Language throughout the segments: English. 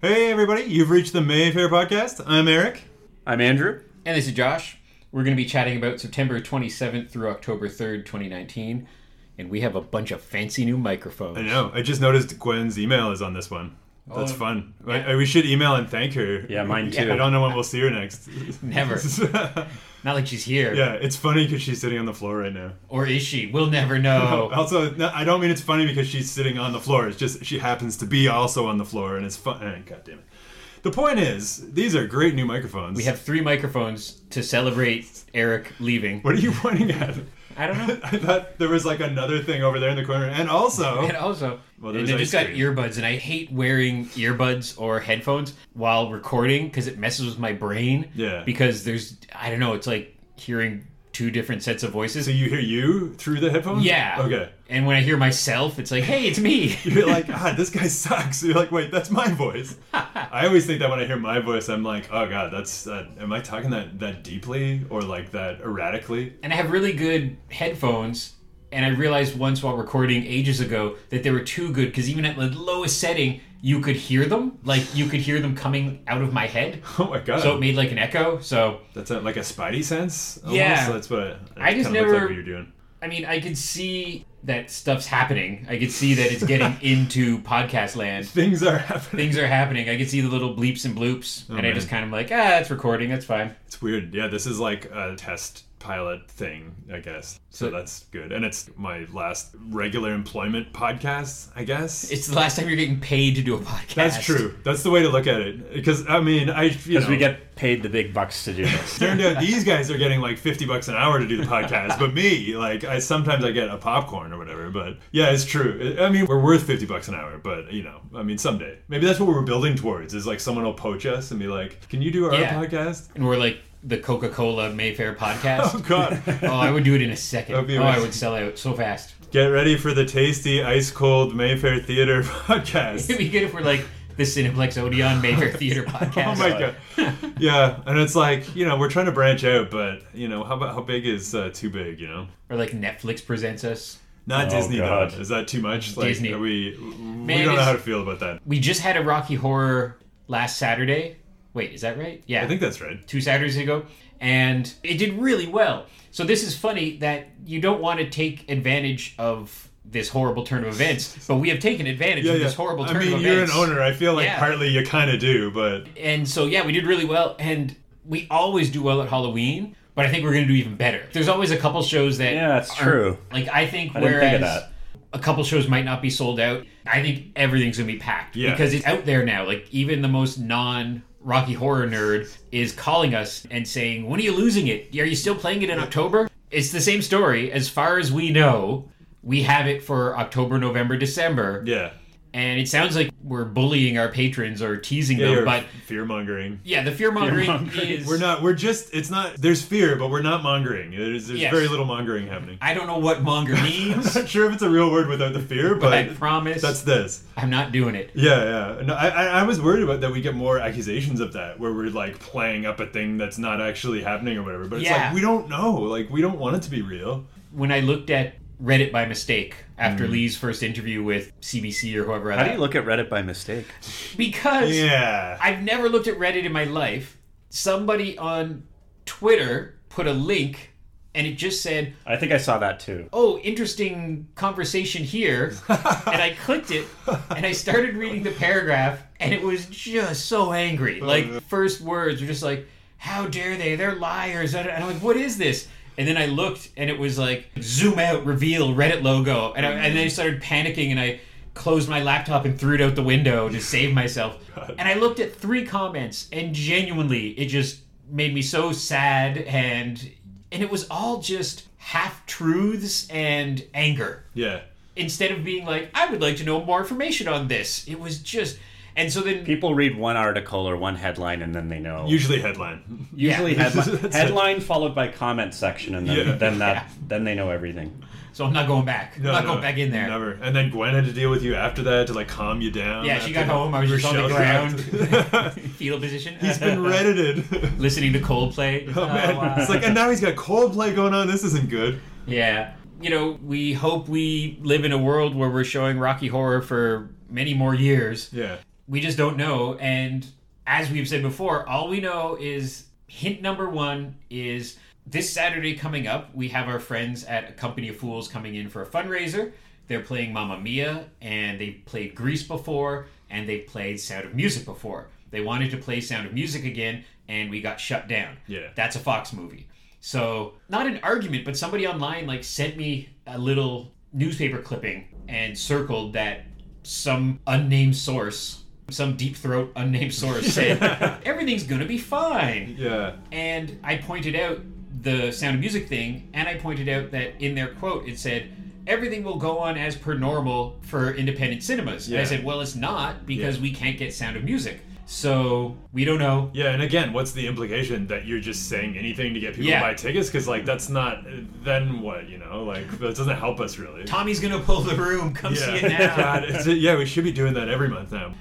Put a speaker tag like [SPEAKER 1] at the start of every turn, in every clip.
[SPEAKER 1] Hey, everybody, you've reached the Mayfair Podcast. I'm Eric.
[SPEAKER 2] I'm Andrew.
[SPEAKER 3] And this is Josh. We're going to be chatting about September 27th through October 3rd, 2019. And we have a bunch of fancy new microphones.
[SPEAKER 1] I know, I just noticed Gwen's email is on this one. That's
[SPEAKER 3] Oh,
[SPEAKER 1] fun. I-
[SPEAKER 3] yeah.
[SPEAKER 1] I- we should email and thank her.
[SPEAKER 2] Yeah, mine too.
[SPEAKER 1] I don't know when we'll see her next.
[SPEAKER 3] Never. Not like she's here.
[SPEAKER 1] yeah, it's funny because she's sitting on the floor right now.
[SPEAKER 3] Or is she? We'll never know.
[SPEAKER 1] Also, no, I don't mean it's funny because she's sitting on the floor. It's just she happens to be also on the floor, and it's fun. eh, God damn it. The point is, these are great new microphones.
[SPEAKER 3] we have three microphones to celebrate Eric leaving.
[SPEAKER 1] What are you pointing at?
[SPEAKER 3] I don't know.
[SPEAKER 1] I thought there was like another thing over there in the corner, and also
[SPEAKER 3] And also,
[SPEAKER 1] Well,
[SPEAKER 3] and
[SPEAKER 1] there's
[SPEAKER 3] they
[SPEAKER 1] ice
[SPEAKER 3] just got
[SPEAKER 1] cream.
[SPEAKER 3] earbuds, and I hate wearing earbuds or headphones while recording because it messes with my brain.
[SPEAKER 1] Yeah.
[SPEAKER 3] Because there's, I don't know, it's like hearing two different sets of voices.
[SPEAKER 1] so you hear you through the headphones.
[SPEAKER 3] yeah.
[SPEAKER 1] Okay.
[SPEAKER 3] And when I hear myself, it's like, hey, it's me.
[SPEAKER 1] You're like, ah, this guy sucks. You're like, wait, that's my voice. I always think that when I hear my voice, I'm like, oh god, that's. Uh, am I talking that that deeply or like that erratically?
[SPEAKER 3] and I have really good headphones. And I realized once while recording ages ago that they were too good because even at the lowest setting, you could hear them. Like you could hear them coming out of my head.
[SPEAKER 1] Oh my god.
[SPEAKER 3] So it made like an echo. So
[SPEAKER 1] That's a, like a spidey sense. Almost?
[SPEAKER 3] Yeah.
[SPEAKER 1] that's what it,
[SPEAKER 3] I just
[SPEAKER 1] kinda looks
[SPEAKER 3] never-
[SPEAKER 1] like what you're doing.
[SPEAKER 3] I mean, I could see that stuff's happening. I could see that it's getting into podcast land.
[SPEAKER 1] Things are happening.
[SPEAKER 3] Things are happening. I could see the little bleeps and bloops, and I
[SPEAKER 1] Oh, man.
[SPEAKER 3] just kind of like, ah, it's recording. That's fine.
[SPEAKER 1] It's weird. Yeah, this is like a test pilot thing, I guess. So
[SPEAKER 3] So-
[SPEAKER 1] that's good. And it's my last regular employment podcast, I guess.
[SPEAKER 3] It's the last time you're getting paid to do a podcast.
[SPEAKER 1] that's true. That's the way to look at it. Because I mean, I you
[SPEAKER 2] Because
[SPEAKER 1] know,
[SPEAKER 2] we get paid the big bucks to do this.
[SPEAKER 1] turned out these guys are getting like 50 bucks an hour to do the podcast but me like i sometimes i get a popcorn or whatever but yeah it's true i I mean we're worth 50 bucks an hour but you know i mean someday maybe that's what we're building towards is like someone will poach us and be like can you do our
[SPEAKER 3] Yeah.
[SPEAKER 1] podcast
[SPEAKER 3] And we're like the Coca Cola Mayfair podcast.
[SPEAKER 1] oh god
[SPEAKER 3] oh, I would do it in a second.
[SPEAKER 1] That'd be
[SPEAKER 3] Oh, I
[SPEAKER 1] amazing.
[SPEAKER 3] would sell out so fast.
[SPEAKER 1] get ready for the tasty ice cold mayfair theater
[SPEAKER 3] It'd
[SPEAKER 1] podcast
[SPEAKER 3] be good if we're like the Cineplex Odeon Mayfair Theater
[SPEAKER 1] Oh
[SPEAKER 3] podcast.
[SPEAKER 1] my god! Yeah, and it's like you know we're trying to branch out, but you know how about how big is uh, too big? You know,
[SPEAKER 3] Or like Netflix presents us.
[SPEAKER 1] not
[SPEAKER 2] Oh,
[SPEAKER 1] Disney
[SPEAKER 2] God.
[SPEAKER 1] though. Is that too much? Like,
[SPEAKER 3] Disney.
[SPEAKER 1] Are we we
[SPEAKER 3] Man,
[SPEAKER 1] don't know
[SPEAKER 3] it's-
[SPEAKER 1] how to feel about that.
[SPEAKER 3] We just had a Rocky Horror last Saturday. Wait, is that right? Yeah.
[SPEAKER 1] I think that's right.
[SPEAKER 3] two Saturdays ago, and it did really well. So this is funny that you don't want to take advantage of this horrible turn of events, but we have taken advantage of this horrible
[SPEAKER 1] I
[SPEAKER 3] turn
[SPEAKER 1] mean,
[SPEAKER 3] of
[SPEAKER 1] you're
[SPEAKER 3] events.
[SPEAKER 1] an owner. I feel like
[SPEAKER 3] Yeah.
[SPEAKER 1] partly you kind of do, but
[SPEAKER 3] And so, yeah, we did really well. And we always do well at Halloween, but I think we're going to do even better. There's always a couple shows that.
[SPEAKER 2] Yeah, that's
[SPEAKER 3] aren't-
[SPEAKER 2] true.
[SPEAKER 3] Like, I think
[SPEAKER 2] I
[SPEAKER 3] whereas
[SPEAKER 2] didn't think of that.
[SPEAKER 3] a couple shows might not be sold out, I think everything's going to be packed
[SPEAKER 1] Yeah.
[SPEAKER 3] because it's out there now. Like, even the most non. Rocky Horror Nerd is calling us and saying, When are you losing it? Are you still playing it in October? It's the same story. As far as we know, we have it for October, November, December.
[SPEAKER 1] yeah,
[SPEAKER 3] And it sounds like we're bullying our patrons or teasing
[SPEAKER 1] yeah,
[SPEAKER 3] them,
[SPEAKER 1] you're
[SPEAKER 3] but
[SPEAKER 1] fear mongering.
[SPEAKER 3] yeah, the fear mongering
[SPEAKER 2] Fear-mongering.
[SPEAKER 3] is.
[SPEAKER 1] We're not. We're just. It's not. There's fear, but we're not mongering. There's, there's
[SPEAKER 3] Yes.
[SPEAKER 1] very little mongering happening.
[SPEAKER 3] I don't know what monger
[SPEAKER 1] I'm
[SPEAKER 3] means,
[SPEAKER 1] not sure if it's a real word without the fear,
[SPEAKER 3] but I
[SPEAKER 1] but
[SPEAKER 3] promise
[SPEAKER 1] that's this.
[SPEAKER 3] I'm not doing it.
[SPEAKER 1] Yeah, yeah. No, I, I, I was worried about that. We get more accusations of that, where we're like playing up a thing that's not actually happening or whatever. But it's
[SPEAKER 3] Yeah.
[SPEAKER 1] like we don't know. Like we don't want it to be real.
[SPEAKER 3] When I looked at Reddit by mistake after Lee's first interview with CBC or whoever,
[SPEAKER 2] How do you look at Reddit by mistake?
[SPEAKER 3] because
[SPEAKER 1] Yeah.
[SPEAKER 3] I've never looked at Reddit in my life. Somebody on Twitter put a link, and it just said,
[SPEAKER 2] I think I saw that too.
[SPEAKER 3] "Oh, interesting conversation here," and I clicked it, and I started reading the paragraph, and it was just so angry. Like first words were just like, "How dare they? They're liars!" And I'm like, "What is this?" And then I looked, and it was like, "Zoom out, reveal Reddit logo," and I, and then I started panicking, and I closed my laptop and threw it out the window to save myself. And I looked at three comments, and genuinely, it just made me so sad and and it was all just half truths and anger
[SPEAKER 1] Yeah.
[SPEAKER 3] instead of being like, I would like to know more information on this. It was just, and so then
[SPEAKER 2] People read one article or one headline and then they know.
[SPEAKER 1] Usually headline.
[SPEAKER 2] Usually
[SPEAKER 3] Yeah.
[SPEAKER 2] headline, headline followed by comment section and then,
[SPEAKER 1] Yeah.
[SPEAKER 2] then that then they know everything.
[SPEAKER 3] so I'm not going back. I'm not going back in there.
[SPEAKER 1] Never. And then Gwen had to deal with you after that to like calm you down.
[SPEAKER 3] Yeah, she
[SPEAKER 1] after
[SPEAKER 3] got home, I was
[SPEAKER 1] you were
[SPEAKER 3] just on the
[SPEAKER 1] shell-shocked.
[SPEAKER 3] Fetal position.
[SPEAKER 1] he's been reddited.
[SPEAKER 3] listening to Coldplay.
[SPEAKER 1] Oh, man.
[SPEAKER 3] wow.
[SPEAKER 1] It's like, and now he's got Coldplay going on. This isn't good.
[SPEAKER 3] yeah. You know, we hope we live in a world where we're showing Rocky Horror for many more years.
[SPEAKER 1] Yeah.
[SPEAKER 3] We just don't know. And as we've said before, all we know is hint number one is this Saturday coming up, we have our friends at A Company of Fools coming in for a fundraiser. They're playing Mamma Mia, and they played Grease before, and they played Sound of Music before. They wanted to play Sound of Music again, and we got shut down.
[SPEAKER 1] Yeah.
[SPEAKER 3] That's a Fox movie. So, not an argument, but somebody online like sent me a little newspaper clipping and circled that some unnamed source, some deep throat unnamed source said everything's going to be fine.
[SPEAKER 1] Yeah.
[SPEAKER 3] And I pointed out the Sound of Music thing, and I pointed out that in their quote it said, everything will go on as per normal for independent cinemas. And I
[SPEAKER 1] Yeah.
[SPEAKER 3] said, well, it's not because we can't get Sound of Music. So we don't know.
[SPEAKER 1] Yeah, and again, what's the implication that you're just saying anything to get people
[SPEAKER 3] Yeah.
[SPEAKER 1] to buy tickets? Because like that's not. Then what? You know, like that doesn't help us really.
[SPEAKER 3] Tommy's going to pull the room. Come see it now.
[SPEAKER 1] yeah. God, it's, yeah, we should be doing that every month now.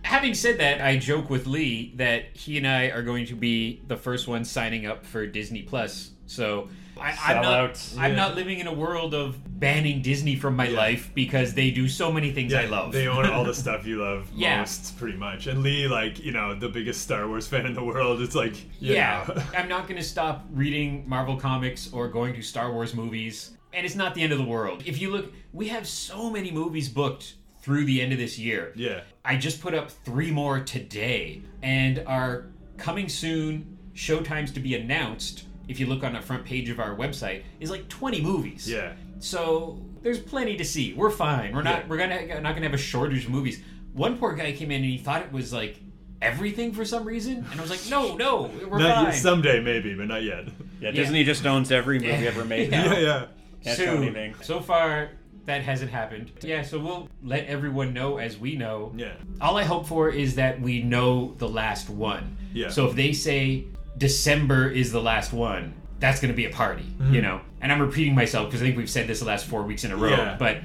[SPEAKER 3] Having said that, I joke with Lee that he and I are going to be the first ones signing up for Disney Plus. So I, I'm not.
[SPEAKER 2] Sellouts.
[SPEAKER 3] I'm
[SPEAKER 1] Yeah.
[SPEAKER 3] not living in a world of banning Disney from my life because they do so many things I love.
[SPEAKER 1] They own all the stuff you love
[SPEAKER 3] Yeah.
[SPEAKER 1] most, pretty much. And Lee, like you know, the biggest Star Wars fan in the world. It's like you
[SPEAKER 3] yeah,
[SPEAKER 1] know.
[SPEAKER 3] I'm not going to stop reading Marvel comics or going to Star Wars movies. And it's not the end of the world. If you look, we have so many movies booked through the end of this year.
[SPEAKER 1] yeah.
[SPEAKER 3] I just put up three more today and are coming soon. Showtimes to be announced, if you look on the front page of our website, is like 20 movies.
[SPEAKER 1] Yeah.
[SPEAKER 3] So there's plenty to see. We're fine. We're not
[SPEAKER 1] Yeah.
[SPEAKER 3] we're gonna not gonna have a shortage of movies. One poor guy came in and he thought it was like everything for some reason, and I was like, no, no, we're
[SPEAKER 1] Not
[SPEAKER 3] fine.
[SPEAKER 1] yet, someday maybe, but not yet.
[SPEAKER 2] Yeah, Disney just owns every movie
[SPEAKER 3] Yeah.
[SPEAKER 2] ever made.
[SPEAKER 3] Yeah.
[SPEAKER 2] Now.
[SPEAKER 1] Yeah, yeah.
[SPEAKER 2] Can't show anything.
[SPEAKER 3] Soon. So far, that hasn't happened. Yeah, so we'll let everyone know as we know.
[SPEAKER 1] Yeah.
[SPEAKER 3] All I hope for is that we know the last one.
[SPEAKER 1] Yeah.
[SPEAKER 3] So if they say December is the last one, that's going to be a party,
[SPEAKER 1] Mm-hmm.
[SPEAKER 3] you know? And I'm repeating myself because I think we've said this the last four weeks in a row,
[SPEAKER 1] Yeah.
[SPEAKER 3] but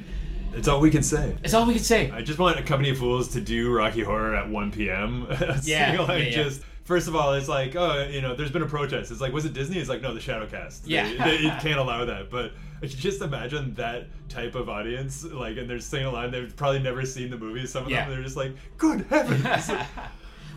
[SPEAKER 1] It's all we can say.
[SPEAKER 3] it's all we can say.
[SPEAKER 1] I just want a company of fools to do Rocky Horror at 1 p.m. It's
[SPEAKER 3] Yeah,
[SPEAKER 1] like,
[SPEAKER 3] yeah, yeah.
[SPEAKER 1] just first of all, it's like oh, you know, there's been a protest. It's like was it Disney? It's like no, the Shadowcast. They-
[SPEAKER 3] Yeah.
[SPEAKER 1] they, it can't allow that. But I could just imagine that type of audience, like, and they're singing along. They've probably never seen the movie. Some of
[SPEAKER 3] Yeah.
[SPEAKER 1] them, they're just like, good heavens.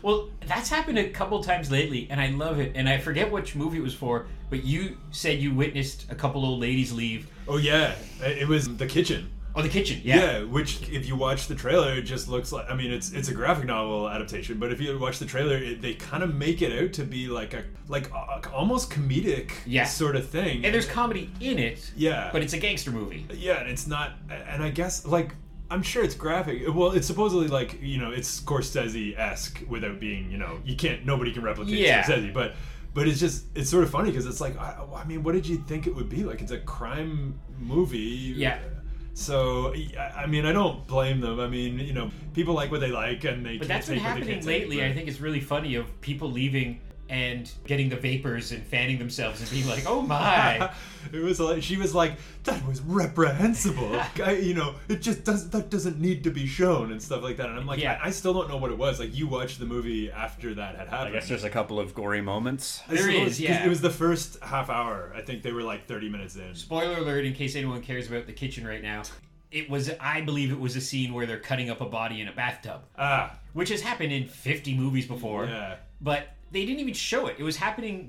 [SPEAKER 3] Well, that's happened a couple times lately, and I love it. And I forget which movie it was for, but you said you witnessed a couple old ladies leave.
[SPEAKER 1] oh yeah, it was the kitchen.
[SPEAKER 3] Oh, the kitchen.
[SPEAKER 1] Yeah. which if you watch the trailer, it just looks like. I mean, it's it's a graphic novel adaptation, but if you watch the trailer, it, they kind of make it out to be like a like a, almost comedic
[SPEAKER 3] Yeah.
[SPEAKER 1] sort of thing.
[SPEAKER 3] And there's comedy in it,
[SPEAKER 1] yeah,
[SPEAKER 3] but it's a gangster movie.
[SPEAKER 1] yeah, and it's not. And I guess like I'm sure it's graphic. Well, it's supposedly like you know it's Scorsese esque without being you know you can't nobody can replicate
[SPEAKER 3] Yeah.
[SPEAKER 1] Scorsese, but. But it's just, it's sort of funny because it's like, I, I mean, what did you think it would be? Like, it's a crime movie.
[SPEAKER 3] Yeah.
[SPEAKER 1] So, I- I mean, I don't blame them. I mean, you know, people like what they like and they
[SPEAKER 3] But
[SPEAKER 1] can't
[SPEAKER 3] that's been
[SPEAKER 1] take what they
[SPEAKER 3] happening
[SPEAKER 1] can't take,
[SPEAKER 3] lately.
[SPEAKER 1] but-
[SPEAKER 3] I think it's really funny of people leaving and getting the vapors and fanning themselves and being like, "Oh my!"
[SPEAKER 1] it was like she was like that was reprehensible I, you know it just does that doesn't need to be shown and stuff like that and i'm like
[SPEAKER 3] Yeah.
[SPEAKER 1] I, I still don't know what it was like you watched the movie after that had happened
[SPEAKER 2] I guess there's a couple of gory moments.
[SPEAKER 1] I
[SPEAKER 3] There
[SPEAKER 1] suppose,
[SPEAKER 3] is,
[SPEAKER 1] 'cause
[SPEAKER 3] yeah.
[SPEAKER 1] it was the first half hour i think they were like 30 minutes in
[SPEAKER 3] Spoiler alert! In case anyone cares about the kitchen right now, it was. I believe it was a scene where they're cutting up a body in a bathtub,
[SPEAKER 1] ah
[SPEAKER 3] which has happened in 50 movies before.
[SPEAKER 1] yeah
[SPEAKER 3] But they didn't even show it. It was happening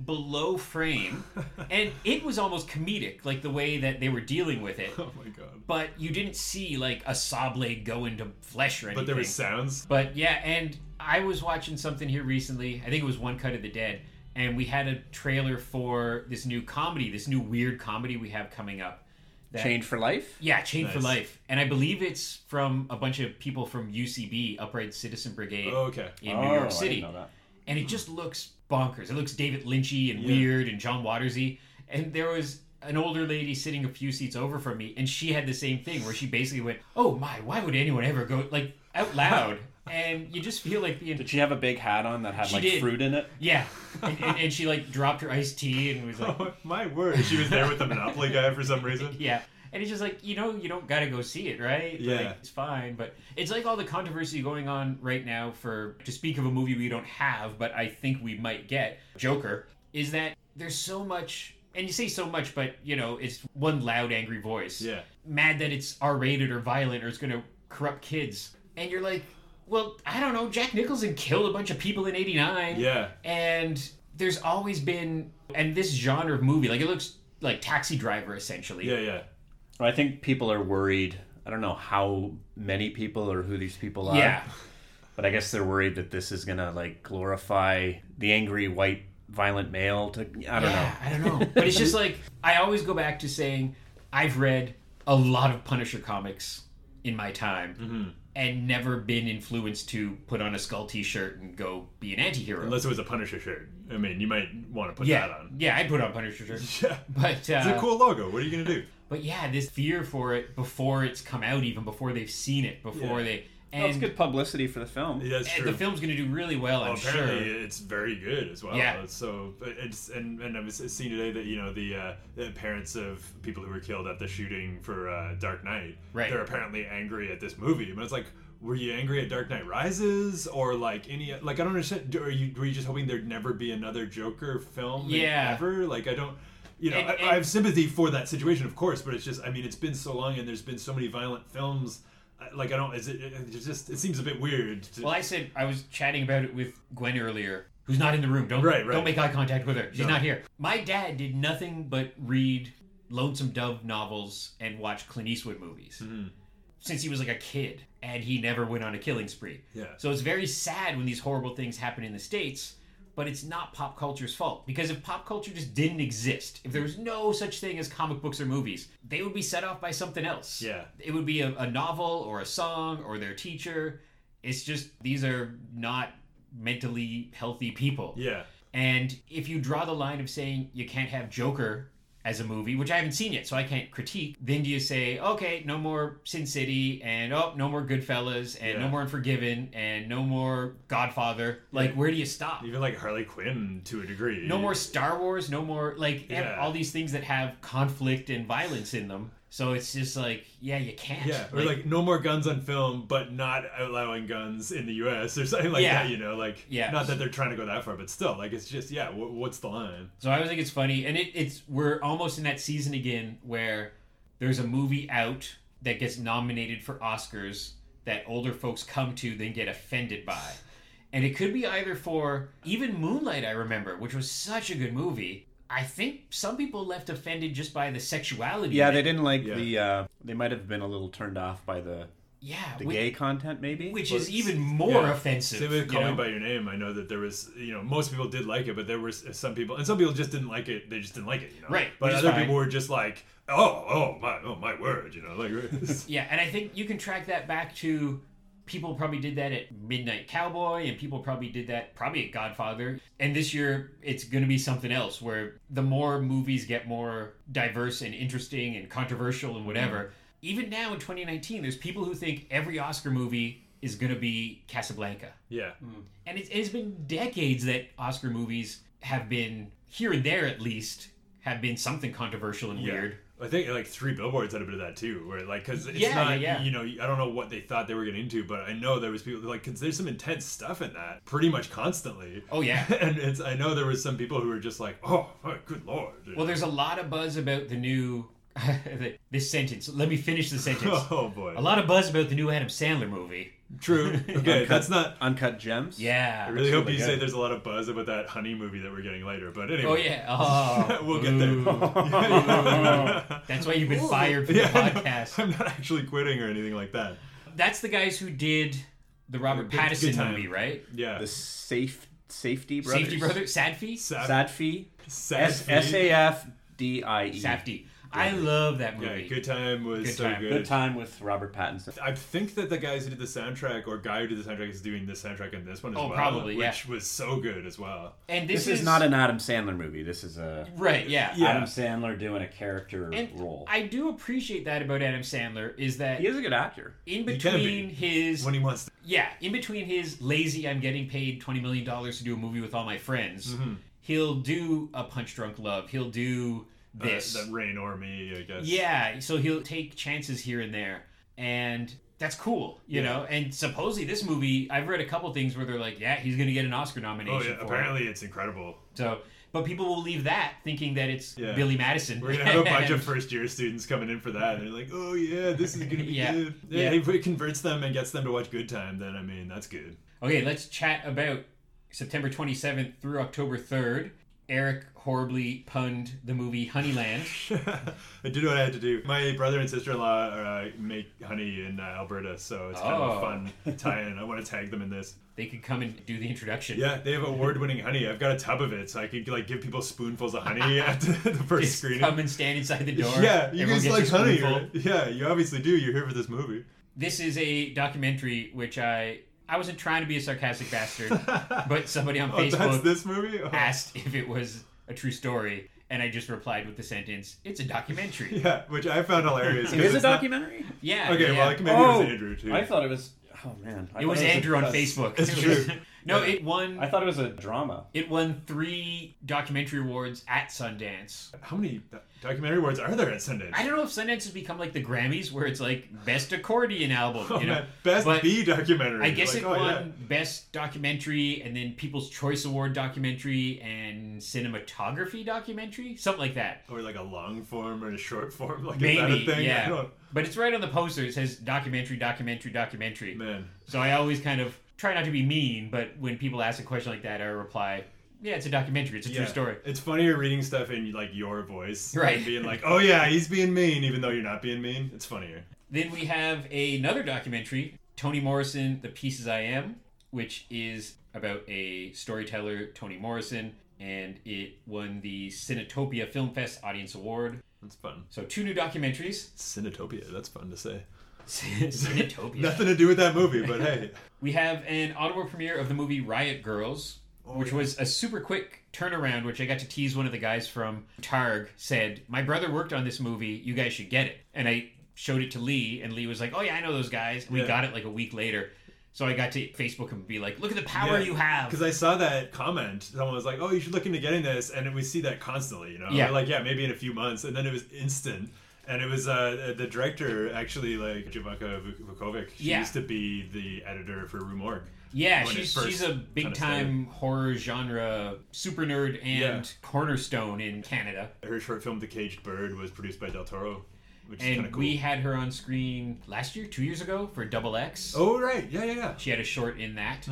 [SPEAKER 3] below frame, and it was almost comedic, like the way that they were dealing with it.
[SPEAKER 1] oh my god
[SPEAKER 3] But you didn't see like a saw blade go into flesh or anything.
[SPEAKER 1] but there were sounds
[SPEAKER 3] But yeah, and I was watching something here recently. I think it was One Cut of the Dead, and we had a trailer for this new comedy, this new weird comedy we have coming up. That,
[SPEAKER 2] Change for life.
[SPEAKER 3] Yeah, Chain for
[SPEAKER 1] Nice.
[SPEAKER 3] Life. And I believe it's from a bunch of people from UCB, Upright Citizen Brigade
[SPEAKER 1] oh, okay
[SPEAKER 3] in
[SPEAKER 2] Oh,
[SPEAKER 3] New
[SPEAKER 2] I
[SPEAKER 3] York
[SPEAKER 2] didn't
[SPEAKER 3] City.
[SPEAKER 2] know that.
[SPEAKER 3] And it just looks bonkers. It looks David Lynchy and
[SPEAKER 1] Yeah.
[SPEAKER 3] weird and John Watersy. And there was an older lady sitting a few seats over from me, and she had the same thing where she basically went, "Oh my, why would anyone ever go like out loud?" and you just feel like being
[SPEAKER 2] Did she have a big hat on that had
[SPEAKER 3] She
[SPEAKER 2] like
[SPEAKER 3] did.
[SPEAKER 2] fruit in it?
[SPEAKER 3] yeah. And, and, and she like dropped her iced tea and was like,
[SPEAKER 1] oh, my word she was there with the monopoly guy for some reason
[SPEAKER 3] yeah. And it's just like, you know, you don't gotta go see it, right?
[SPEAKER 1] Yeah.
[SPEAKER 3] Like, it's fine. But it's like all the controversy going on right now for, to speak of a movie we don't have, but I think we might get, Joker, is that there's so much, and you say so much, but, you know, it's one loud, angry voice.
[SPEAKER 1] yeah
[SPEAKER 3] Mad that it's R rated or violent or it's gonna corrupt kids. And you're like, well, I don't know. Jack Nicholson killed a bunch of people in '89.
[SPEAKER 1] Yeah.
[SPEAKER 3] And there's always been, and this genre of movie, like it looks like Taxi Driver essentially.
[SPEAKER 1] Yeah, yeah.
[SPEAKER 2] I think people are worried. I don't know how many people or who these people are.
[SPEAKER 3] Yeah.
[SPEAKER 2] But I guess they're worried that this is gonna like glorify the angry white violent male. To I don't
[SPEAKER 3] yeah, I don't know. But it's just like I always go back to saying I've read a lot of Punisher comics in my time
[SPEAKER 1] Mm-hmm.
[SPEAKER 3] and never been influenced to put on a skull t-shirt and go be an anti-hero.
[SPEAKER 1] Unless it was a Punisher shirt. I mean, you might want to put
[SPEAKER 3] yeah.
[SPEAKER 1] that on.
[SPEAKER 3] Yeah, I'd put on Punisher shirt.
[SPEAKER 1] Yeah.
[SPEAKER 3] But uh,
[SPEAKER 1] It's a cool logo. What are you gonna do?
[SPEAKER 3] but yeah, this fear for it before it's come out even before they've seen it, before
[SPEAKER 1] Yeah.
[SPEAKER 3] they
[SPEAKER 2] know.
[SPEAKER 3] and,
[SPEAKER 2] That's good publicity for the film.
[SPEAKER 1] Yeah, that's
[SPEAKER 3] and
[SPEAKER 1] true.
[SPEAKER 3] the film's going to do really well,
[SPEAKER 1] Well,
[SPEAKER 3] I'm
[SPEAKER 1] apparently
[SPEAKER 3] sure.
[SPEAKER 1] it's very good as well.
[SPEAKER 3] Yeah.
[SPEAKER 1] So it's and and I've seen today that you know the, uh, the parents of people who were killed at the shooting for uh, Dark Knight.
[SPEAKER 3] Right.
[SPEAKER 1] They're apparently angry at this movie, but it's like. Were you angry at Dark Knight Rises or like any like I don't understand? do- Are you were you just hoping there'd never be another Joker film
[SPEAKER 3] Yeah.
[SPEAKER 1] ever? Like I don't, you know,
[SPEAKER 3] And-
[SPEAKER 1] I,
[SPEAKER 3] and-
[SPEAKER 1] I have sympathy for that situation, of course, but it's just I mean it's been so long and there's been so many violent films. I- Like I don't, is it, it's just it seems a bit weird. To,
[SPEAKER 3] Well, I said I was chatting about it with Gwen earlier, who's not in the room. Don't
[SPEAKER 1] Right, right.
[SPEAKER 3] don't make eye contact with her. She's
[SPEAKER 1] No.
[SPEAKER 3] not here. My dad did nothing but read Lonesome Dove novels and watch Clint Eastwood movies
[SPEAKER 1] Mm-hmm.
[SPEAKER 3] since he was like a kid, and he never went on a killing spree.
[SPEAKER 1] Yeah.
[SPEAKER 3] So it's very sad when these horrible things happen in the states. But it's not pop culture's fault because if pop culture just didn't exist, if there was no such thing as comic books or movies, they would be set off by something else
[SPEAKER 1] Yeah.
[SPEAKER 3] it would be a, a novel or a song or their teacher. It's just these are not mentally healthy people.
[SPEAKER 1] yeah.
[SPEAKER 3] And if you draw the line of saying you can't have Joker as a movie, which I haven't seen yet, so I can't critique, then do you say, okay, no more Sin City and oh, no more Goodfellas and no
[SPEAKER 1] Yeah.
[SPEAKER 3] more Unforgiven and no more Godfather? Like, where do you stop?
[SPEAKER 1] Even like Harley Quinn to a degree.
[SPEAKER 3] No more Star Wars, no more like ev-
[SPEAKER 1] Yeah.
[SPEAKER 3] all these things that have conflict and violence in them. So it's just like, yeah, you can't.
[SPEAKER 1] Yeah, or like, no more guns on film, but not allowing guns in the U.S. or something like
[SPEAKER 3] Yeah.
[SPEAKER 1] that. You know, like
[SPEAKER 3] Yeah.
[SPEAKER 1] not that they're trying to go that far, but still, like it's just yeah. W- what's the line?
[SPEAKER 3] So I always think it's funny, and it, it's we're almost in that season again where there's a movie out that gets nominated for Oscars that older folks come to then get offended by, and it could be either for even Moonlight I remember, which was such a good movie. I think some people left offended just by the sexuality.
[SPEAKER 2] Yeah,
[SPEAKER 3] in it.
[SPEAKER 2] they didn't like
[SPEAKER 1] Yeah.
[SPEAKER 2] the. Uh, they might have been a little turned off by the
[SPEAKER 3] yeah,
[SPEAKER 2] the
[SPEAKER 3] which,
[SPEAKER 2] gay content, maybe.
[SPEAKER 3] which is even more
[SPEAKER 1] Yeah.
[SPEAKER 3] offensive.
[SPEAKER 1] Same with
[SPEAKER 3] you
[SPEAKER 1] Call
[SPEAKER 3] know?
[SPEAKER 1] Me by Your Name. I know that there was you know most people did like it, but there were s- some people and some people just didn't like it. They just didn't like it. You know?
[SPEAKER 3] Right,
[SPEAKER 1] But
[SPEAKER 3] which is
[SPEAKER 1] other
[SPEAKER 3] fine.
[SPEAKER 1] people were just like, oh, oh my, oh my word. You know, like
[SPEAKER 3] Yeah, and I think you can track that back to people probably did that at Midnight Cowboy, and people probably did that probably at Godfather. And this year, it's going to be something else where the more movies get more diverse and interesting and controversial and whatever. Even now in 2019, there's people who think every Oscar movie is going to be Casablanca.
[SPEAKER 1] yeah,
[SPEAKER 3] And it's, it's been decades that Oscar movies have been, here and there at least, have been something controversial and
[SPEAKER 1] Yeah.
[SPEAKER 3] weird.
[SPEAKER 1] I think like three billboards had a bit of that too, where like because it's
[SPEAKER 3] Yeah,
[SPEAKER 1] not
[SPEAKER 3] yeah, yeah.
[SPEAKER 1] you know I don't know what they thought they were getting into, but I know there was people like because there's some intense stuff in that pretty much constantly.
[SPEAKER 3] Oh, yeah.
[SPEAKER 1] and it's I know there was some people who were just like, oh, oh, good lord.
[SPEAKER 3] Well, there's a lot of buzz about the new. this sentence. Let me finish the sentence.
[SPEAKER 1] oh boy,
[SPEAKER 3] A lot of buzz about the new Adam Sandler movie.
[SPEAKER 1] true. Okay, that's not.
[SPEAKER 2] uncut gems.
[SPEAKER 3] Yeah.
[SPEAKER 1] I really hope you
[SPEAKER 2] really
[SPEAKER 1] say
[SPEAKER 2] good.
[SPEAKER 1] there's a lot of buzz about that honey movie that we're getting later, but anyway.
[SPEAKER 3] Oh yeah. Oh.
[SPEAKER 1] We'll get there.
[SPEAKER 3] Ooh. That's why you've been fired from
[SPEAKER 1] Yeah,
[SPEAKER 3] the
[SPEAKER 1] I know.
[SPEAKER 3] podcast.
[SPEAKER 1] I'm not actually quitting or anything like that.
[SPEAKER 3] That's the guys who did the Robert
[SPEAKER 1] Good-
[SPEAKER 3] Pattinson
[SPEAKER 1] good time.
[SPEAKER 3] movie, right?
[SPEAKER 1] Yeah.
[SPEAKER 2] The safe safety brothers.
[SPEAKER 3] Safety brother, Sadfi,
[SPEAKER 1] Saf-
[SPEAKER 2] Sadfi.
[SPEAKER 1] Saf-
[SPEAKER 2] S S A F D I E.
[SPEAKER 3] Safdie. I love that
[SPEAKER 1] Yeah,
[SPEAKER 3] movie.
[SPEAKER 1] good time was
[SPEAKER 3] Good
[SPEAKER 1] so
[SPEAKER 3] Time.
[SPEAKER 1] good.
[SPEAKER 2] Good time with Robert Pattinson.
[SPEAKER 1] I think that the guys who did the soundtrack or guy who did the soundtrack is doing the soundtrack in this one as
[SPEAKER 3] Oh,
[SPEAKER 1] well.
[SPEAKER 3] probably, yeah.
[SPEAKER 1] Which was so good as well.
[SPEAKER 3] And this,
[SPEAKER 2] This is not an Adam Sandler movie. This is a
[SPEAKER 3] right. Yeah.
[SPEAKER 1] Yeah.
[SPEAKER 2] Adam Sandler doing a character
[SPEAKER 3] And
[SPEAKER 2] role.
[SPEAKER 3] I do appreciate that about Adam Sandler is that
[SPEAKER 2] he is a good actor.
[SPEAKER 3] in
[SPEAKER 1] He can be.
[SPEAKER 3] between his
[SPEAKER 1] When he wants to.
[SPEAKER 3] yeah, in between his lazy, I'm getting paid $20 million to do a movie with all my friends,
[SPEAKER 1] Mm-hmm.
[SPEAKER 3] he'll do a Punch Drunk Love. He'll do
[SPEAKER 1] uh,
[SPEAKER 3] this.
[SPEAKER 1] That rain or me, I guess.
[SPEAKER 3] yeah, so he'll take chances here and there. And that's cool, you
[SPEAKER 1] Yeah.
[SPEAKER 3] know? And supposedly this movie, I've read a couple things where they're like, yeah, he's going to get an Oscar
[SPEAKER 1] Oh,
[SPEAKER 3] nomination.
[SPEAKER 1] yeah.
[SPEAKER 3] for it.
[SPEAKER 1] Apparently it's incredible.
[SPEAKER 3] So But people will leave that thinking that it's
[SPEAKER 1] Yeah.
[SPEAKER 3] Billy Madison.
[SPEAKER 1] We're gonna have a bunch of first year students coming in for that, and they're like, "Oh yeah, this is gonna be
[SPEAKER 3] Yeah.
[SPEAKER 1] good." Yeah,
[SPEAKER 3] Yeah.
[SPEAKER 1] if it converts them and gets them to watch Good Time, then I mean that's good.
[SPEAKER 3] Okay, let's chat about September 27th through October 3rd. Eric horribly punned the movie Honeyland.
[SPEAKER 1] I did what I had to do. My brother and sister in law uh, make honey in uh, Alberta, so it's kind
[SPEAKER 3] Oh.
[SPEAKER 1] of a fun tie-in. I want to tag them in this.
[SPEAKER 3] They could come and do the introduction.
[SPEAKER 1] Yeah, they have award-winning honey. I've got a tub of it, so I could like give people spoonfuls of honey at the first
[SPEAKER 3] Just
[SPEAKER 1] screening.
[SPEAKER 3] come and stand inside the door.
[SPEAKER 1] Yeah, you
[SPEAKER 3] Everyone
[SPEAKER 1] guys like
[SPEAKER 3] gets a
[SPEAKER 1] honey.
[SPEAKER 3] spoonful.
[SPEAKER 1] right? Yeah, you obviously do. You're here for this movie.
[SPEAKER 3] This is a documentary which I I wasn't trying to be a sarcastic bastard, but somebody on
[SPEAKER 1] Oh, that's
[SPEAKER 3] Facebook
[SPEAKER 1] this movie. Oh.
[SPEAKER 3] asked if it was a true story, and I just replied with the sentence, "It's a documentary."
[SPEAKER 1] Yeah, which I found hilarious. 'cause
[SPEAKER 2] It is a
[SPEAKER 1] it's not-
[SPEAKER 2] documentary.
[SPEAKER 3] yeah.
[SPEAKER 1] Okay,
[SPEAKER 3] yeah.
[SPEAKER 1] well, like, maybe
[SPEAKER 2] oh,
[SPEAKER 1] it was Andrew too.
[SPEAKER 2] I thought it was. Oh man, I
[SPEAKER 3] it
[SPEAKER 2] thought
[SPEAKER 3] was
[SPEAKER 2] a-
[SPEAKER 3] Andrew on
[SPEAKER 2] a-
[SPEAKER 3] Facebook.
[SPEAKER 1] That's
[SPEAKER 3] It was-
[SPEAKER 1] true.
[SPEAKER 3] no, it won.
[SPEAKER 2] I thought it was a drama.
[SPEAKER 3] It won three documentary awards at Sundance.
[SPEAKER 1] How many do- documentary awards are there at Sundance?
[SPEAKER 3] I don't know if Sundance has become like the Grammys, where it's like best accordion album.
[SPEAKER 1] Oh,
[SPEAKER 3] you know,
[SPEAKER 1] man. Best
[SPEAKER 3] but
[SPEAKER 1] B documentary.
[SPEAKER 3] I guess
[SPEAKER 1] Like,
[SPEAKER 3] it
[SPEAKER 1] oh,
[SPEAKER 3] won best documentary and then People's Choice Award documentary and cinematography documentary, something like that.
[SPEAKER 1] yeah. Or like a long form or a short form. Like is that
[SPEAKER 3] Maybe,
[SPEAKER 1] a thing? I
[SPEAKER 3] yeah.
[SPEAKER 1] don't,
[SPEAKER 3] But it's right on the poster. It says documentary, documentary, documentary.
[SPEAKER 1] man.
[SPEAKER 3] So I always kind of try not to be mean, but when people ask a question like that, I reply, "Yeah, it's a documentary. It's a
[SPEAKER 1] Yeah.
[SPEAKER 3] true story."
[SPEAKER 1] It's funnier reading stuff in like your voice,
[SPEAKER 3] Right.
[SPEAKER 1] And being like, "Oh yeah, he's being mean," even though you're not being mean. It's funnier.
[SPEAKER 3] Then we have another documentary, Toni Morrison, The Pieces I Am, which is about a storyteller, Toni Morrison, and it won the Cinetopia Film Fest Audience Award.
[SPEAKER 1] That's fun.
[SPEAKER 3] So two new documentaries.
[SPEAKER 1] Cinetopia. That's fun to say.
[SPEAKER 3] Cinetopia.
[SPEAKER 1] Nothing to do with that movie, but hey,
[SPEAKER 3] We have an Ottawa premiere of the movie Riot Girls, which
[SPEAKER 1] Oh, yeah.
[SPEAKER 3] was a super quick turnaround, which I got to tease one of the guys from Targ said, My brother worked on this movie, you guys should get it. And I showed it to Lee, and Lee was like, Oh, yeah, I know those guys. And we
[SPEAKER 1] Yeah.
[SPEAKER 3] got it like a week later. So I got to Facebook and be like, Look at the power
[SPEAKER 1] Yeah.
[SPEAKER 3] you have.
[SPEAKER 1] Because I saw that comment, someone was like, "Oh, you should look into getting this," and we see that constantly, you know.
[SPEAKER 3] Yeah.
[SPEAKER 1] Like, yeah, maybe in a few months, and then it was instant. And it was uh, the director actually, like Javanka Vuk- Vukovic. She
[SPEAKER 3] Yeah.
[SPEAKER 1] used to be the editor for Rue Morgue.
[SPEAKER 3] Yeah,
[SPEAKER 1] when it
[SPEAKER 3] she's,
[SPEAKER 1] first
[SPEAKER 3] she's a
[SPEAKER 1] kinda
[SPEAKER 3] big time horror genre super nerd and
[SPEAKER 1] Yeah.
[SPEAKER 3] cornerstone in Canada.
[SPEAKER 1] Her short film, The Caged Bird, was produced by Del Toro, which is kind
[SPEAKER 3] And
[SPEAKER 1] of cool.
[SPEAKER 3] we had her on screen last year, two years ago, for Double X.
[SPEAKER 1] oh Mm-hmm. right, yeah, yeah, yeah.
[SPEAKER 3] She had a short in that.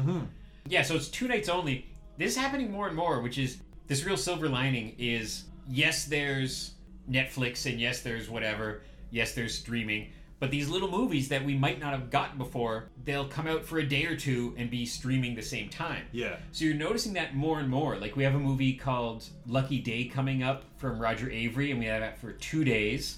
[SPEAKER 3] Yeah, so it's two nights only. This is happening more and more, which is this real silver lining is yes, there's Netflix and yes, there's whatever. Yes, there's streaming. But these little movies that we might not have gotten before, they'll come out for a day or two and be streaming the same time.
[SPEAKER 1] Yeah,
[SPEAKER 3] So you're noticing that more and more. Like we have a movie called Lucky Day coming up from Roger Avery, and we have that for two days.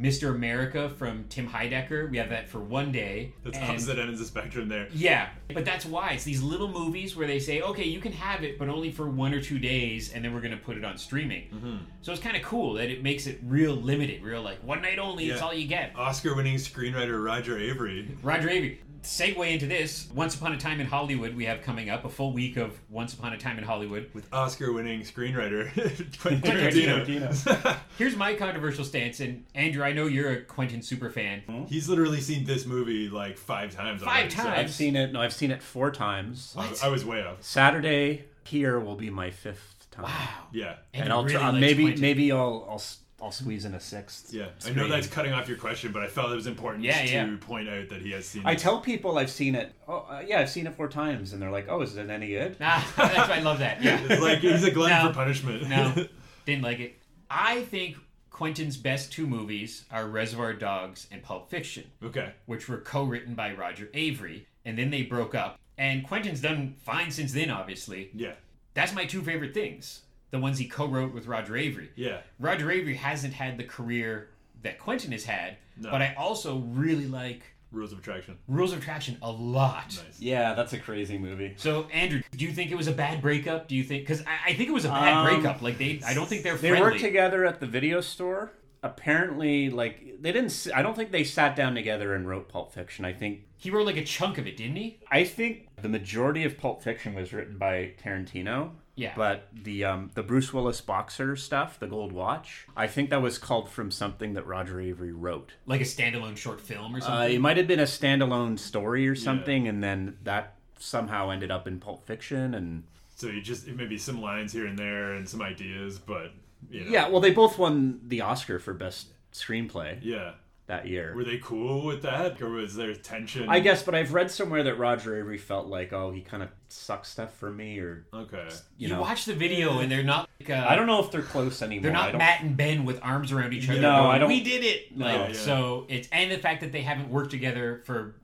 [SPEAKER 3] Mr. America from Tim Heidecker, we have that for one day.
[SPEAKER 1] that's
[SPEAKER 3] And-
[SPEAKER 1] opposite end of the spectrum there.
[SPEAKER 3] yeah, but that's why it's these little movies where they say, okay, you can have it, but only for one or two days, and then we're going to put it on streaming.
[SPEAKER 1] Mm-hmm.
[SPEAKER 3] So it's kind of cool that it makes it real limited, real like one night only. It's
[SPEAKER 1] Yeah.
[SPEAKER 3] all you get.
[SPEAKER 1] Oscar-winning screenwriter Roger Avery.
[SPEAKER 3] Roger Avery. Segue into this. Once Upon a Time in Hollywood, we have coming up a full week of Once Upon a Time in Hollywood.
[SPEAKER 1] With Oscar-winning screenwriter Quentin
[SPEAKER 3] Quentin
[SPEAKER 1] Tarantino.
[SPEAKER 3] Here's my controversial stance, and Andrew, I know you're a Quentin super fan.
[SPEAKER 1] He's literally seen this movie like five times. already, so-
[SPEAKER 3] times?
[SPEAKER 2] I've seen it. No, I've seen it four times.
[SPEAKER 1] I-
[SPEAKER 3] What?
[SPEAKER 1] I was way off.
[SPEAKER 2] Saturday here will be my fifth time.
[SPEAKER 1] Yeah,
[SPEAKER 2] And,
[SPEAKER 3] he
[SPEAKER 2] I'll
[SPEAKER 3] really
[SPEAKER 2] try,
[SPEAKER 3] likes
[SPEAKER 2] maybe
[SPEAKER 3] Quentin.
[SPEAKER 2] maybe I'll I'll s- I'll squeeze in a sixth.
[SPEAKER 1] yeah. I know
[SPEAKER 2] screening.
[SPEAKER 1] that's cutting off your question, but I felt it was important
[SPEAKER 3] Yeah,
[SPEAKER 1] to
[SPEAKER 3] yeah.
[SPEAKER 1] point out that he has seen.
[SPEAKER 2] I
[SPEAKER 1] this.
[SPEAKER 2] tell people I've seen it. Oh uh, yeah, I've seen it four times, and they're like, "Oh, is it any good?"
[SPEAKER 3] Ah, that's why I love that. Yeah.
[SPEAKER 1] it's like he's a glutton
[SPEAKER 3] No.
[SPEAKER 1] for punishment.
[SPEAKER 3] No, didn't like it. I think Quentin's best two movies are Reservoir Dogs and Pulp Fiction,
[SPEAKER 1] okay.
[SPEAKER 3] which were co written by Roger Avery, and then they broke up. And Quentin's done fine since then, obviously.
[SPEAKER 1] Yeah.
[SPEAKER 3] That's my two favorite things the ones he co wrote with Roger Avery.
[SPEAKER 1] Yeah.
[SPEAKER 3] Roger Avery hasn't had the career that Quentin has had, but I also really like
[SPEAKER 1] Rules of attraction.
[SPEAKER 3] Rules of Attraction a lot.
[SPEAKER 1] Nice.
[SPEAKER 2] Yeah, that's a crazy movie.
[SPEAKER 3] So, Andrew, do you think it was a bad breakup? Do you think? Because I, I think it was a bad
[SPEAKER 2] Um,
[SPEAKER 3] breakup. Like they, I don't think they're
[SPEAKER 2] They
[SPEAKER 3] friendly.
[SPEAKER 2] worked together at the video store. Apparently, like they didn't. s- I don't think they sat down together and wrote Pulp Fiction. I think
[SPEAKER 3] He wrote like a chunk of it, didn't he?
[SPEAKER 2] I think the majority of Pulp Fiction was written by Tarantino.
[SPEAKER 3] Yeah.
[SPEAKER 2] But the um, the Bruce Willis boxer stuff, the gold watch, I think that was called from something that Roger Avery wrote.
[SPEAKER 3] Like a standalone short film or
[SPEAKER 2] Uh,
[SPEAKER 3] something.
[SPEAKER 2] it might have been a standalone story or something, and then that somehow ended up in Pulp Fiction. And
[SPEAKER 1] So you just it may be some lines here and there and some ideas, but you know,
[SPEAKER 2] Yeah, well, they both won the Oscar for best screenplay
[SPEAKER 1] yeah.
[SPEAKER 2] that year.
[SPEAKER 1] Were they cool with that, or was there tension?
[SPEAKER 2] I guess, but I've read somewhere that Roger Avery felt like, oh, he kind of sucks stuff for me, or
[SPEAKER 1] Okay.
[SPEAKER 2] you,
[SPEAKER 3] You,
[SPEAKER 2] know,
[SPEAKER 3] watch the video and they're not. Like, uh,
[SPEAKER 2] I don't know if they're close anymore.
[SPEAKER 3] They're
[SPEAKER 2] I
[SPEAKER 3] not
[SPEAKER 2] don't-
[SPEAKER 3] Matt and Ben with arms around each other.
[SPEAKER 2] No,
[SPEAKER 3] going,
[SPEAKER 2] I don't-
[SPEAKER 3] We did it.
[SPEAKER 2] No.
[SPEAKER 3] Like,
[SPEAKER 1] Yeah.
[SPEAKER 3] So it's and the fact that they haven't worked together for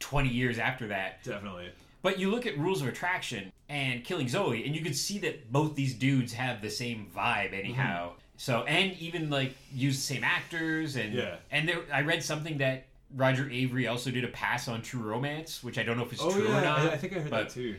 [SPEAKER 3] twenty years after that.
[SPEAKER 1] Definitely.
[SPEAKER 3] But you look at Rules of Attraction and Killing Zoe, and you could see that both these dudes have the same vibe, anyhow.
[SPEAKER 1] Mm-hmm.
[SPEAKER 3] So and even like use the same actors and
[SPEAKER 1] Yeah.
[SPEAKER 3] and there, I read something that Roger Avery also did a pass on True Romance, which I don't know if it's
[SPEAKER 1] Oh
[SPEAKER 3] true
[SPEAKER 1] yeah,
[SPEAKER 3] or not.
[SPEAKER 1] I, I think I heard
[SPEAKER 3] but-
[SPEAKER 1] that too.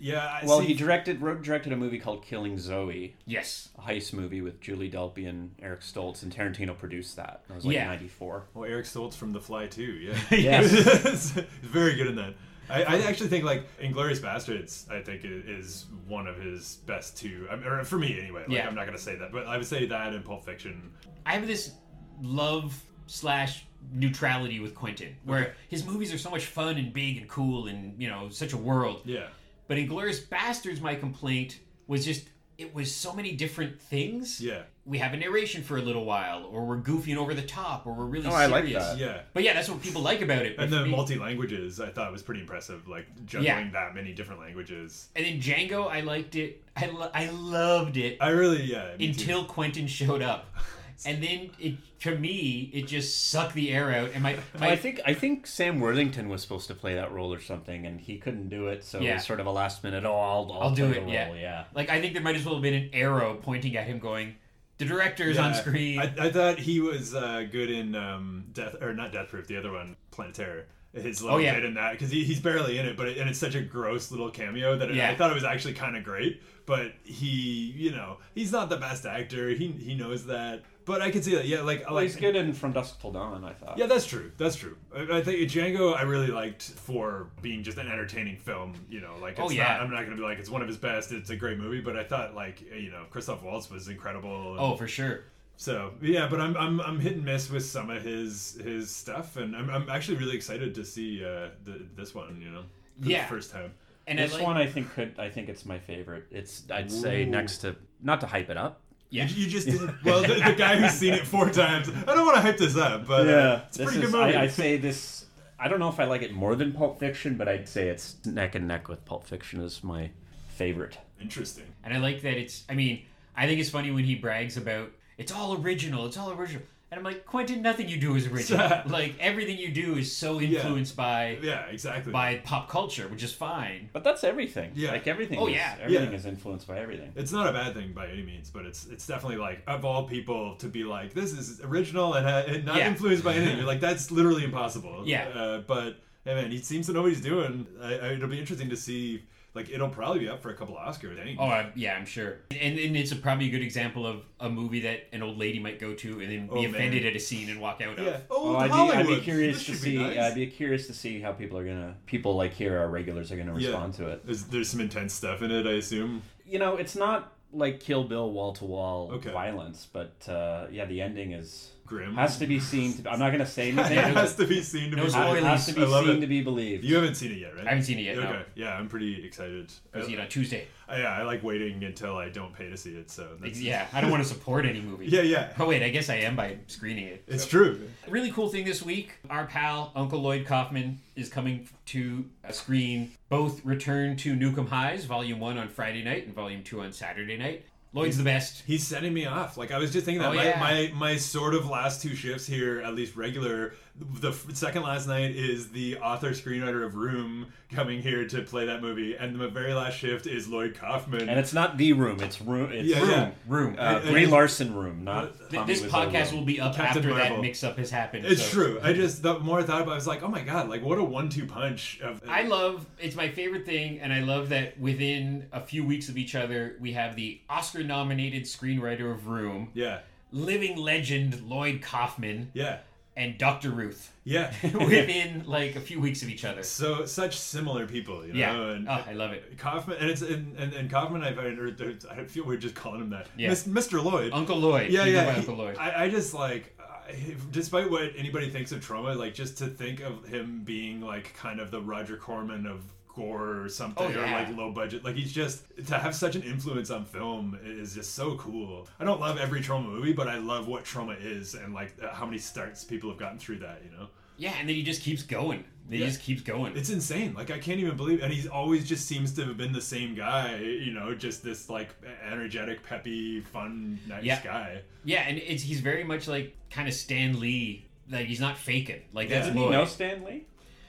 [SPEAKER 1] Yeah. I,
[SPEAKER 2] Well,
[SPEAKER 1] see,
[SPEAKER 2] he directed wrote directed a movie called Killing Zoe,
[SPEAKER 3] Yes,
[SPEAKER 2] a heist movie with Julie Delpy and Eric Stoltz, and Tarantino produced that. That was like
[SPEAKER 3] Yeah.
[SPEAKER 2] '94.
[SPEAKER 1] Well, Eric Stoltz from The Fly too. Yeah.
[SPEAKER 2] Yes.
[SPEAKER 1] He's very good in that. I, I actually think like Inglorious Bastards. I think i- is one of his best two. I mean, or for me anyway. Like,
[SPEAKER 3] Yeah.
[SPEAKER 1] I'm not gonna say that, but I would say that and Pulp Fiction.
[SPEAKER 3] I have this love slash neutrality with Quentin, where his movies are so much fun and big and cool and you know such a world.
[SPEAKER 1] Yeah.
[SPEAKER 3] But in Glorious Bastards, my complaint was just it was so many different things.
[SPEAKER 1] Yeah.
[SPEAKER 3] We have a narration for a little while, or we're goofing over the top, or we're really
[SPEAKER 2] Oh, I
[SPEAKER 3] serious.
[SPEAKER 2] like that.
[SPEAKER 1] Yeah.
[SPEAKER 3] But yeah, that's what people like about it. But
[SPEAKER 1] And
[SPEAKER 3] for
[SPEAKER 1] the
[SPEAKER 3] me-
[SPEAKER 1] multi languages, I thought was pretty impressive. Like juggling
[SPEAKER 3] Yeah.
[SPEAKER 1] that many different languages.
[SPEAKER 3] and then Django, I liked it. I, lo- I loved it
[SPEAKER 1] I really yeah. me too.
[SPEAKER 3] until Quentin showed up. And then it, to me, it just sucked the air out. And my,
[SPEAKER 2] I
[SPEAKER 3] my
[SPEAKER 2] think I think Sam Worthington was supposed to play that role or something, and he couldn't do it, so it
[SPEAKER 3] Yeah.
[SPEAKER 2] was sort of a last minute. Oh, I'll I'll,
[SPEAKER 3] I'll do
[SPEAKER 2] play
[SPEAKER 3] it,
[SPEAKER 2] The role.
[SPEAKER 3] yeah. like I think there might as well have been an arrow pointing at him, going, "The director's on
[SPEAKER 1] Yeah.
[SPEAKER 3] screen."
[SPEAKER 1] I, I thought he was uh, good in um, Death or not Death Proof, the other one, Planet Terror. His little
[SPEAKER 3] Oh, yeah.
[SPEAKER 1] bit in that because he, he's barely in it, but it, and it's such a gross little cameo that it,
[SPEAKER 3] Yeah.
[SPEAKER 1] I thought it was actually kind of great. But he, you know, he's not the best actor. He he knows that, but I can see that. Yeah, like I
[SPEAKER 2] Well,
[SPEAKER 1] like
[SPEAKER 2] he's good in From Dusk Till Dawn, I thought.
[SPEAKER 1] yeah, that's true. That's true. I, I think Django, I really liked for being just an entertaining film. You know, like it's
[SPEAKER 3] Oh, yeah.
[SPEAKER 1] not, I'm not gonna be like it's one of his best. It's a great movie, but I thought like you know Christoph Waltz was incredible. and-
[SPEAKER 3] oh, for sure.
[SPEAKER 1] so yeah, but I'm I'm I'm hit and miss with some of his his stuff, and I'm I'm actually really excited to see uh the, this one, you know, for
[SPEAKER 3] Yeah.
[SPEAKER 1] the first time.
[SPEAKER 3] And
[SPEAKER 2] This
[SPEAKER 3] I like,
[SPEAKER 2] one I think could I think it's my favorite. It's I'd say
[SPEAKER 1] Ooh.
[SPEAKER 2] next to not to hype it up.
[SPEAKER 3] Yeah.
[SPEAKER 1] You, you just didn't. Well, the, the guy who's seen it four times. I don't want to hype this up, but uh, it's a
[SPEAKER 2] this
[SPEAKER 1] pretty
[SPEAKER 2] is-
[SPEAKER 1] good movie.
[SPEAKER 2] I, I'd say this. I don't know if I like it more than Pulp Fiction, but I'd say it's neck and neck with Pulp Fiction as my favorite.
[SPEAKER 1] Interesting.
[SPEAKER 3] And I like that it's. I mean, I think it's funny when he brags about it's all original. It's all original. And I'm like, Quentin, nothing you do is original. like everything you do is so influenced by
[SPEAKER 1] Yeah, exactly.
[SPEAKER 3] by pop culture, which is fine.
[SPEAKER 2] But that's everything.
[SPEAKER 1] Yeah.
[SPEAKER 2] Like everything.
[SPEAKER 3] Oh,
[SPEAKER 2] is,
[SPEAKER 3] yeah.
[SPEAKER 2] Everything
[SPEAKER 1] Yeah.
[SPEAKER 2] is influenced by everything.
[SPEAKER 1] It's not a bad thing by any means, but it's it's definitely like of all people to be like this is original and, ha- and not
[SPEAKER 3] Yeah.
[SPEAKER 1] influenced by anything. You're like that's literally impossible.
[SPEAKER 3] Yeah.
[SPEAKER 1] Uh, but hey, man, he seems to know what he's doing. I, I, it'll be interesting to see. Like it'll probably be up for a couple Oscars. Dang.
[SPEAKER 3] Oh, I, yeah, I'm sure. And, and it's a, probably a good example of a movie that an old lady might go to and then
[SPEAKER 1] Oh,
[SPEAKER 3] be
[SPEAKER 1] man.
[SPEAKER 3] offended at a scene and walk out
[SPEAKER 1] yeah.
[SPEAKER 3] of.
[SPEAKER 1] Oh,
[SPEAKER 2] I'd, be,
[SPEAKER 1] Hollywood.
[SPEAKER 2] I'd be curious
[SPEAKER 1] This
[SPEAKER 2] to
[SPEAKER 1] should be
[SPEAKER 2] see.
[SPEAKER 1] nice.
[SPEAKER 2] I'd be curious to see how people are gonna people like here our regulars are gonna
[SPEAKER 1] Yeah.
[SPEAKER 2] respond to it.
[SPEAKER 1] There's, there's some intense stuff in it, I assume.
[SPEAKER 2] You know, it's not like Kill Bill wall to wall
[SPEAKER 1] Okay.
[SPEAKER 2] violence, but uh, yeah, the ending is
[SPEAKER 1] Grim.
[SPEAKER 2] has to be seen. To, I'm not gonna say
[SPEAKER 1] it
[SPEAKER 2] anything.
[SPEAKER 1] has to be seen to
[SPEAKER 3] No
[SPEAKER 1] be
[SPEAKER 3] spoilers.
[SPEAKER 2] It has to
[SPEAKER 1] I
[SPEAKER 2] be
[SPEAKER 1] love
[SPEAKER 2] seen
[SPEAKER 1] it.
[SPEAKER 2] to be believed.
[SPEAKER 1] You haven't seen it yet, right?
[SPEAKER 3] I haven't seen it yet.
[SPEAKER 1] Okay.
[SPEAKER 3] No,
[SPEAKER 1] Yeah, I'm pretty excited.
[SPEAKER 3] I see it
[SPEAKER 1] I,
[SPEAKER 3] on Tuesday.
[SPEAKER 1] yeah, I like waiting until I don't pay to see it. So that's,
[SPEAKER 3] Yeah, I don't want to support any movie.
[SPEAKER 1] yeah, yeah.
[SPEAKER 3] Oh wait, I guess I am by screening it.
[SPEAKER 1] It's true.
[SPEAKER 3] Really cool thing this week, our pal Uncle Lloyd Kaufman is coming to screen both Return to Newcomb Highs, Volume 1 on Friday night and Volume 2 on Saturday night. Lloyd's the best.
[SPEAKER 1] He's setting me off. Like I was just thinking that
[SPEAKER 3] Oh,
[SPEAKER 1] my,
[SPEAKER 3] yeah.
[SPEAKER 1] my my sort of last two shifts here, at least regular. The f- second last night is the author screenwriter of Room coming here to play that movie, and the very last shift is Lloyd Kaufman.
[SPEAKER 2] And it's not the room. It's room. It's
[SPEAKER 1] Yeah,
[SPEAKER 2] room.
[SPEAKER 1] yeah.
[SPEAKER 3] Room.
[SPEAKER 2] Uh,
[SPEAKER 1] And-
[SPEAKER 2] Brie
[SPEAKER 1] and-
[SPEAKER 2] Larson room, not
[SPEAKER 3] Th-
[SPEAKER 2] Tommy
[SPEAKER 3] this
[SPEAKER 2] Wiseau
[SPEAKER 3] podcast
[SPEAKER 2] room.
[SPEAKER 3] will be up
[SPEAKER 1] Captain
[SPEAKER 3] after
[SPEAKER 1] Marvel.
[SPEAKER 3] that mix up has happened.
[SPEAKER 1] It's
[SPEAKER 3] so-
[SPEAKER 1] true. I just the more I thought about, it, I was like, oh my god, like what a one-two punch of.
[SPEAKER 3] I love it's my favorite thing, and I love that within a few weeks of each other, we have the Oscar nominated screenwriter of Room,
[SPEAKER 1] yeah,
[SPEAKER 3] living legend Lloyd Kaufman,
[SPEAKER 1] yeah,
[SPEAKER 3] and Dr. Ruth
[SPEAKER 1] yeah.
[SPEAKER 3] within like a few weeks of each other.
[SPEAKER 1] so such similar people, you know.
[SPEAKER 3] Yeah.
[SPEAKER 1] And,
[SPEAKER 3] Oh, I love it.
[SPEAKER 1] Kaufman, and it's and, and, and Kaufman. I've heard, or, I feel we're just calling him that.
[SPEAKER 3] Yeah.
[SPEAKER 1] Mis- Mr. Lloyd.
[SPEAKER 3] Uncle Lloyd.
[SPEAKER 1] yeah,
[SPEAKER 3] You go
[SPEAKER 1] yeah.
[SPEAKER 3] by
[SPEAKER 1] he-
[SPEAKER 3] Uncle Lloyd.
[SPEAKER 1] I, I just like, I, despite what anybody thinks of trauma, like just to think of him being like kind of the Roger Corman of gore or something,
[SPEAKER 3] Oh, yeah.
[SPEAKER 1] or like low budget. Like he's just to have such an influence on film is just so cool. I don't love every trauma movie, but I love what trauma is and like uh, how many starts people have gotten through that. You know.
[SPEAKER 3] Yeah, and then he just keeps going. He
[SPEAKER 1] Yeah.
[SPEAKER 3] just keeps going.
[SPEAKER 1] It's insane. Like I can't even believe, and he's always just seems to have been the same guy. You know, just this like e-, energetic, peppy, fun, nice
[SPEAKER 3] Yeah.
[SPEAKER 1] guy.
[SPEAKER 3] yeah, and it's he's very much like kind of Stan Lee. Like he's not faking. Like that's
[SPEAKER 2] Doesn't he
[SPEAKER 3] Lloyd.
[SPEAKER 2] know Stan Lee?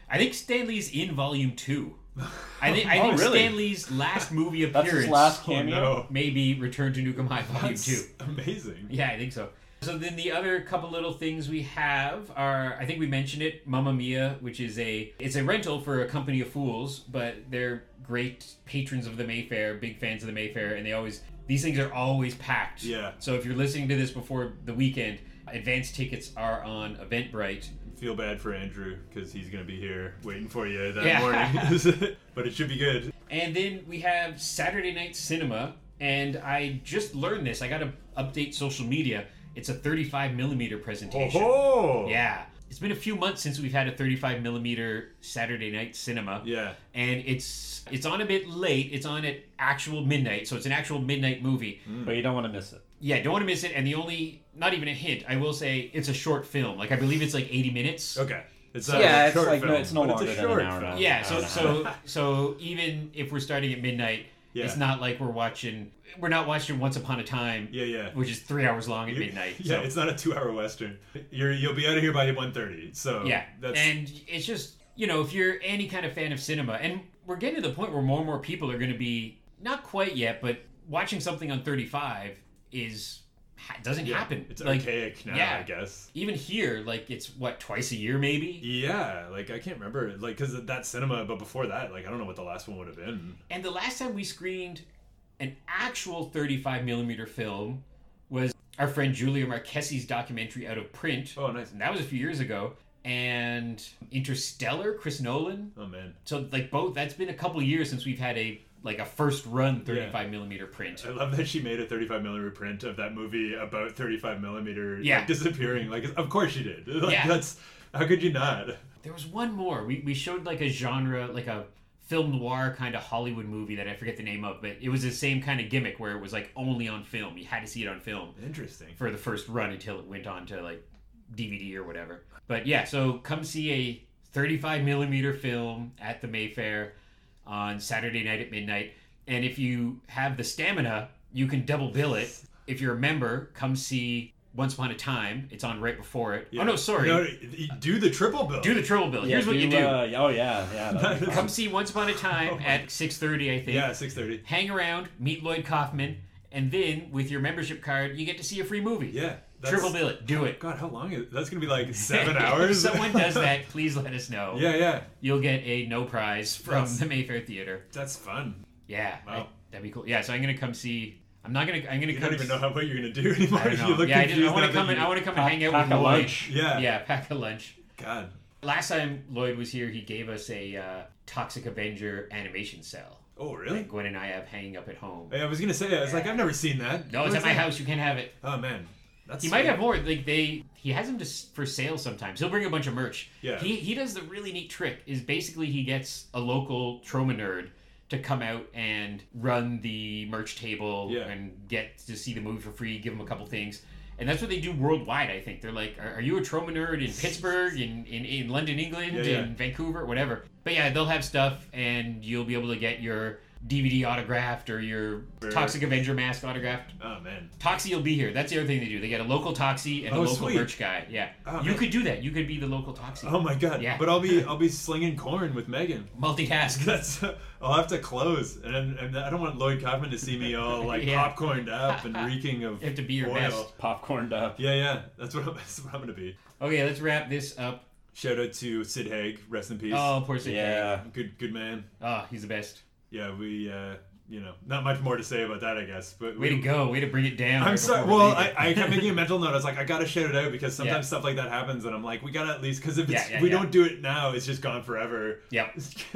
[SPEAKER 3] I think Stan Lee's in volume two. I think I
[SPEAKER 2] Oh,
[SPEAKER 3] think
[SPEAKER 2] really?
[SPEAKER 3] Stan Lee's last movie
[SPEAKER 2] That's
[SPEAKER 3] appearance
[SPEAKER 2] his last
[SPEAKER 1] Oh
[SPEAKER 2] cameo.
[SPEAKER 1] no,
[SPEAKER 3] maybe Return to Nukem High volume
[SPEAKER 1] That's
[SPEAKER 3] two.
[SPEAKER 1] amazing.
[SPEAKER 3] Yeah, I think so. So then the other couple little things we have are I think we mentioned it, Mamma Mia, which is a it's a rental for a company of fools, but they're great patrons of the Mayfair, big fans of the Mayfair, and they always these things are always packed.
[SPEAKER 1] Yeah.
[SPEAKER 3] So if you're listening to this before the weekend, advance tickets are on Eventbrite.
[SPEAKER 1] Feel bad for Andrew because he's gonna be here waiting for you that
[SPEAKER 3] Yeah.
[SPEAKER 1] morning. but it should be good.
[SPEAKER 3] And then we have Saturday Night Cinema, and I just learned this. I got to update social media. It's a 35 millimeter presentation.
[SPEAKER 1] Oh
[SPEAKER 3] Yeah. It's been a few months since we've had a 35 millimeter Saturday night cinema.
[SPEAKER 1] yeah.
[SPEAKER 3] And it's it's on a bit late. It's on at actual midnight, so it's an actual midnight movie.
[SPEAKER 1] Hmm.
[SPEAKER 2] But you don't want to miss it.
[SPEAKER 3] Yeah, don't want to miss it. And the only, not even a hint, I will say it's a short film. Like I believe it's like 80 minutes.
[SPEAKER 1] Okay. It's
[SPEAKER 2] Yeah,
[SPEAKER 1] a
[SPEAKER 2] it's
[SPEAKER 1] short
[SPEAKER 2] like no-
[SPEAKER 1] film,
[SPEAKER 2] it's no
[SPEAKER 1] but
[SPEAKER 2] longer
[SPEAKER 1] it's a
[SPEAKER 2] than an
[SPEAKER 1] short
[SPEAKER 2] hour and a
[SPEAKER 1] film.
[SPEAKER 2] half.
[SPEAKER 3] Yeah. So
[SPEAKER 2] I
[SPEAKER 1] Uh-huh.
[SPEAKER 2] don't
[SPEAKER 3] so so even if we're starting at midnight,
[SPEAKER 1] Yeah.
[SPEAKER 3] it's not like we're watching. We're not watching Once Upon a Time.
[SPEAKER 1] Yeah, yeah.
[SPEAKER 3] Which is three hours long at
[SPEAKER 1] You-
[SPEAKER 3] midnight.
[SPEAKER 1] Yeah,
[SPEAKER 3] so.
[SPEAKER 1] it's not a two-hour western. You're you'll be out of here by 1.30, So
[SPEAKER 3] Yeah,
[SPEAKER 1] that's
[SPEAKER 3] and it's just you know if you're any kind of fan of cinema, and we're getting to the point where more and more people are going to be not quite yet, but watching something on 35 is ha- doesn't
[SPEAKER 1] yeah,
[SPEAKER 3] happen.
[SPEAKER 1] It's
[SPEAKER 3] like
[SPEAKER 1] archaic now,
[SPEAKER 3] yeah.
[SPEAKER 1] I guess.
[SPEAKER 3] even here, like it's what twice a year maybe,
[SPEAKER 1] Yeah, like I can't remember, like because that cinema, but before that, like I don't know what the last one would have been.
[SPEAKER 3] and the last time we screened an actual 35 millimeter film was our friend Julia Marquesi's documentary Out of Print,
[SPEAKER 1] Oh, nice.
[SPEAKER 3] and that was a few years ago. And Interstellar, Chris Nolan.
[SPEAKER 1] Oh man,
[SPEAKER 3] So like both that's been a couple years since we've had a like a first run 35 millimeter print.
[SPEAKER 1] I love that she made a 35 millimeter print of that movie about 35 millimeter
[SPEAKER 3] Yeah.
[SPEAKER 1] like, disappearing. Like, of course she did. Like,
[SPEAKER 3] Yeah.
[SPEAKER 1] that's how could you not?
[SPEAKER 3] There was one more. We we showed like a genre like a film noir kind of Hollywood movie that I forget the name of, but it was the same kind of gimmick where it was like only on film. You had to see it on film
[SPEAKER 1] Interesting.
[SPEAKER 3] for the first run until it went on to like DVD or whatever. But yeah, so come see a 35 millimeter film at the Mayfair on Saturday night at midnight. And if you have the stamina, you can double bill it. If you're a member, come see Once Upon a Time. It's on right before it.
[SPEAKER 1] Yeah.
[SPEAKER 3] Oh no, sorry.
[SPEAKER 1] No, y- do the triple bill.
[SPEAKER 3] Do the triple bill. Here's what
[SPEAKER 2] do,
[SPEAKER 3] you do.
[SPEAKER 2] Uh, oh yeah, yeah. that'd be fun.
[SPEAKER 3] Come see Once Upon a Time at 6:30, I think.
[SPEAKER 1] yeah, 6:30.
[SPEAKER 3] Hang around, meet Lloyd Kaufman, and then with your membership card, you get to see a free movie.
[SPEAKER 1] Yeah, that's,
[SPEAKER 3] Triple bill it. Do it.
[SPEAKER 1] God, how long is that's gonna be? Like seven
[SPEAKER 3] If
[SPEAKER 1] hours.
[SPEAKER 3] someone does that, please let us know.
[SPEAKER 1] yeah, yeah,
[SPEAKER 3] You'll get a no prize from
[SPEAKER 1] Yes.
[SPEAKER 3] the Mayfair Theater.
[SPEAKER 1] that's fun.
[SPEAKER 3] Yeah.
[SPEAKER 1] Wow.
[SPEAKER 3] I- that'd be cool. Yeah, so I'm gonna come see I'm not gonna I'm gonna
[SPEAKER 1] You
[SPEAKER 3] come
[SPEAKER 1] don't even know how, what you're gonna do anymore.
[SPEAKER 3] I
[SPEAKER 1] if
[SPEAKER 3] don't
[SPEAKER 1] you
[SPEAKER 3] know.
[SPEAKER 1] look
[SPEAKER 3] Yeah, I,
[SPEAKER 1] confused
[SPEAKER 3] did, I wanna
[SPEAKER 1] now that
[SPEAKER 3] come and
[SPEAKER 1] you-
[SPEAKER 3] I wanna come and
[SPEAKER 2] Pack-
[SPEAKER 3] hang out
[SPEAKER 2] pack
[SPEAKER 3] with
[SPEAKER 2] a
[SPEAKER 3] Lloyd.
[SPEAKER 2] lunch.
[SPEAKER 1] Yeah.
[SPEAKER 3] Yeah, pack a lunch.
[SPEAKER 1] God.
[SPEAKER 3] Last time Lloyd was here, he gave us a uh, Toxic Avenger animation cell
[SPEAKER 1] Oh really?
[SPEAKER 3] that Gwen and I have hanging up at home.
[SPEAKER 1] I was gonna say, I was like, I've never seen that.
[SPEAKER 3] No, it's
[SPEAKER 1] Where's
[SPEAKER 3] at my
[SPEAKER 1] that?
[SPEAKER 3] house. You can't have it.
[SPEAKER 1] Oh man, that's
[SPEAKER 3] He might have more. Like they, he has them just for sale sometimes. He'll bring a bunch of merch.
[SPEAKER 1] Yeah.
[SPEAKER 3] He he does the really neat trick. Is basically he gets a local trauma nerd to come out and run the merch table
[SPEAKER 1] Yeah.
[SPEAKER 3] and get to see the movie for free. Give him a couple things. And that's what they do worldwide, I think. They're like, are, are you a trauma nerd in Pittsburgh, in, in, in London, England,
[SPEAKER 1] Yeah, yeah.
[SPEAKER 3] in Vancouver, whatever? But yeah, they'll have stuff, and you'll be able to get your DVD autographed or your
[SPEAKER 1] Sure.
[SPEAKER 3] Toxic Avenger mask autographed.
[SPEAKER 1] Oh man,
[SPEAKER 3] Toxie will be here. That's the other thing they do. They get a local Toxie and a
[SPEAKER 1] Oh,
[SPEAKER 3] local
[SPEAKER 1] sweet.
[SPEAKER 3] merch guy. Yeah.
[SPEAKER 1] Oh,
[SPEAKER 3] you
[SPEAKER 1] man.
[SPEAKER 3] could do that. You could be the local Toxie.
[SPEAKER 1] oh my god.
[SPEAKER 3] Yeah.
[SPEAKER 1] But I'll be I'll be slinging corn with Megan.
[SPEAKER 3] Multitask.
[SPEAKER 1] That's I'll have to close, and, and I don't want Lloyd Kaufman to see me all like
[SPEAKER 3] Yeah.
[SPEAKER 1] popcorned up and reeking of.
[SPEAKER 3] You have to be your
[SPEAKER 1] oil.
[SPEAKER 3] best.
[SPEAKER 2] popcorned up.
[SPEAKER 1] Yeah, yeah. That's what I'm, that's what I'm gonna be.
[SPEAKER 3] Okay, let's wrap this up.
[SPEAKER 1] Shout out to Sid Haig, rest in peace.
[SPEAKER 3] Oh, poor Sid. Haig.
[SPEAKER 2] Yeah.
[SPEAKER 1] Good good man.
[SPEAKER 3] Oh, he's the best.
[SPEAKER 1] Yeah, we uh, you know, not much more to say about that, I guess. But
[SPEAKER 3] Way to
[SPEAKER 1] we,
[SPEAKER 3] go. Way to bring it down.
[SPEAKER 1] I'm
[SPEAKER 3] right
[SPEAKER 1] sorry.
[SPEAKER 3] before we
[SPEAKER 1] Well,
[SPEAKER 3] leave
[SPEAKER 1] I,
[SPEAKER 3] it.
[SPEAKER 1] I kept making a mental note. I was like, I gotta shout it out because sometimes
[SPEAKER 3] Yeah.
[SPEAKER 1] stuff like that happens, and I'm like, we gotta at least because if it's,
[SPEAKER 3] Yeah, yeah,
[SPEAKER 1] we
[SPEAKER 3] yeah.
[SPEAKER 1] don't do it now, it's just gone forever.
[SPEAKER 3] Yeah.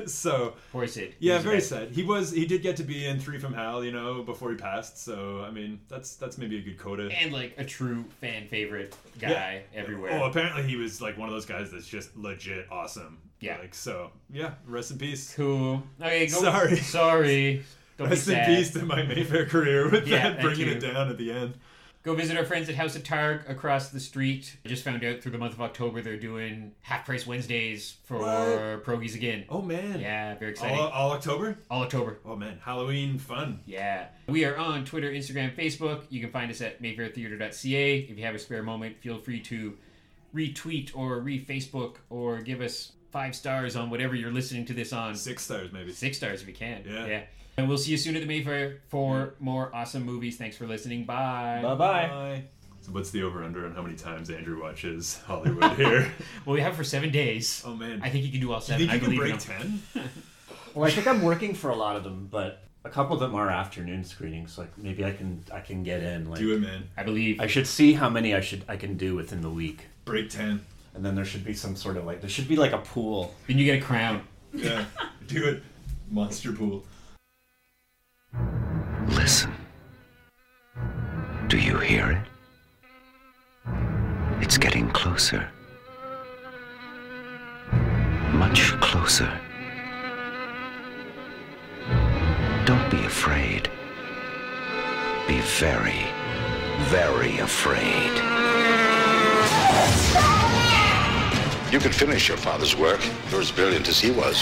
[SPEAKER 1] so
[SPEAKER 3] Poor Sid. He
[SPEAKER 1] yeah,
[SPEAKER 3] was a
[SPEAKER 1] very
[SPEAKER 3] bad-
[SPEAKER 1] sad. He was he did get to be in Three from Hell, you know, before he passed. So I mean, that's that's maybe a good coda.
[SPEAKER 3] And like a true fan favorite guy everywhere.
[SPEAKER 1] Oh, apparently he was like one of those guys that's just legit awesome.
[SPEAKER 3] Yeah.
[SPEAKER 1] Like so, yeah. Rest in peace.
[SPEAKER 3] Cool. Okay, go.
[SPEAKER 1] Sorry.
[SPEAKER 3] Sorry. Don't
[SPEAKER 1] Rest
[SPEAKER 3] be
[SPEAKER 1] in
[SPEAKER 3] sad.
[SPEAKER 1] peace to my Mayfair career with
[SPEAKER 3] Yeah,
[SPEAKER 1] that
[SPEAKER 3] thank
[SPEAKER 1] bringing
[SPEAKER 3] you.
[SPEAKER 1] it down at the end.
[SPEAKER 3] Go visit our friends at House of Targ across the street. I just found out through the month of October they're doing half price Wednesdays for
[SPEAKER 1] What?
[SPEAKER 3] Progies again.
[SPEAKER 1] Oh man.
[SPEAKER 3] Yeah, very exciting.
[SPEAKER 1] All,
[SPEAKER 3] All,
[SPEAKER 1] all October.
[SPEAKER 3] October.
[SPEAKER 1] Oh man, Halloween fun.
[SPEAKER 3] Yeah. We are on Twitter, Instagram, Facebook. You can find us at mayfairtheater.ca. If you have a spare moment, feel free to retweet or re-Facebook or give us five stars on whatever you're listening to this on.
[SPEAKER 1] Six stars maybe.
[SPEAKER 3] Six stars if you can.
[SPEAKER 1] Yeah.
[SPEAKER 3] yeah. And we'll see you soon at the Mayfair for more awesome movies. Thanks for listening. Bye.
[SPEAKER 1] Bye. So what's the over under on how many times Andrew watches Hollywood here?
[SPEAKER 3] Well, we have for seven days.
[SPEAKER 1] oh man.
[SPEAKER 3] I think you can do all
[SPEAKER 1] you
[SPEAKER 3] seven.
[SPEAKER 1] think you
[SPEAKER 3] I
[SPEAKER 1] can
[SPEAKER 3] believe in
[SPEAKER 1] break
[SPEAKER 3] him.
[SPEAKER 1] ten?
[SPEAKER 2] Well, I think I'm working for a lot of them, but a couple of them are afternoon screenings. Like maybe I can I can get in. Like
[SPEAKER 1] Do it, man.
[SPEAKER 3] I believe.
[SPEAKER 2] I should see how many I should I can do within the week,
[SPEAKER 1] Break ten.
[SPEAKER 2] and then there should be some sort of like there should be like a pool.
[SPEAKER 3] Then you get a crown.
[SPEAKER 1] Yeah. Do it. Monster pool.
[SPEAKER 4] Listen. Do you hear it? It's getting closer. Much closer. Don't be afraid. Be very, very afraid.
[SPEAKER 5] You could finish your father's work. You're as brilliant as he was.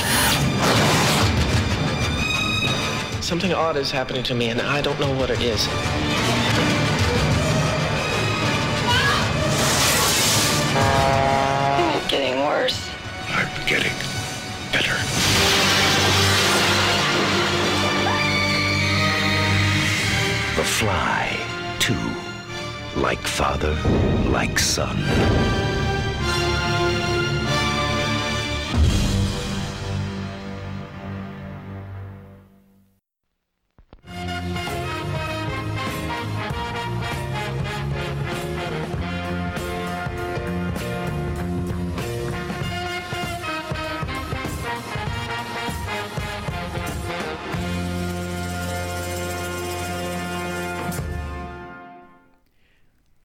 [SPEAKER 6] Something odd is happening to me, and I don't know what it is.
[SPEAKER 7] Getting worse.
[SPEAKER 5] I'm getting better.
[SPEAKER 4] The Fly 2. Like father, like son.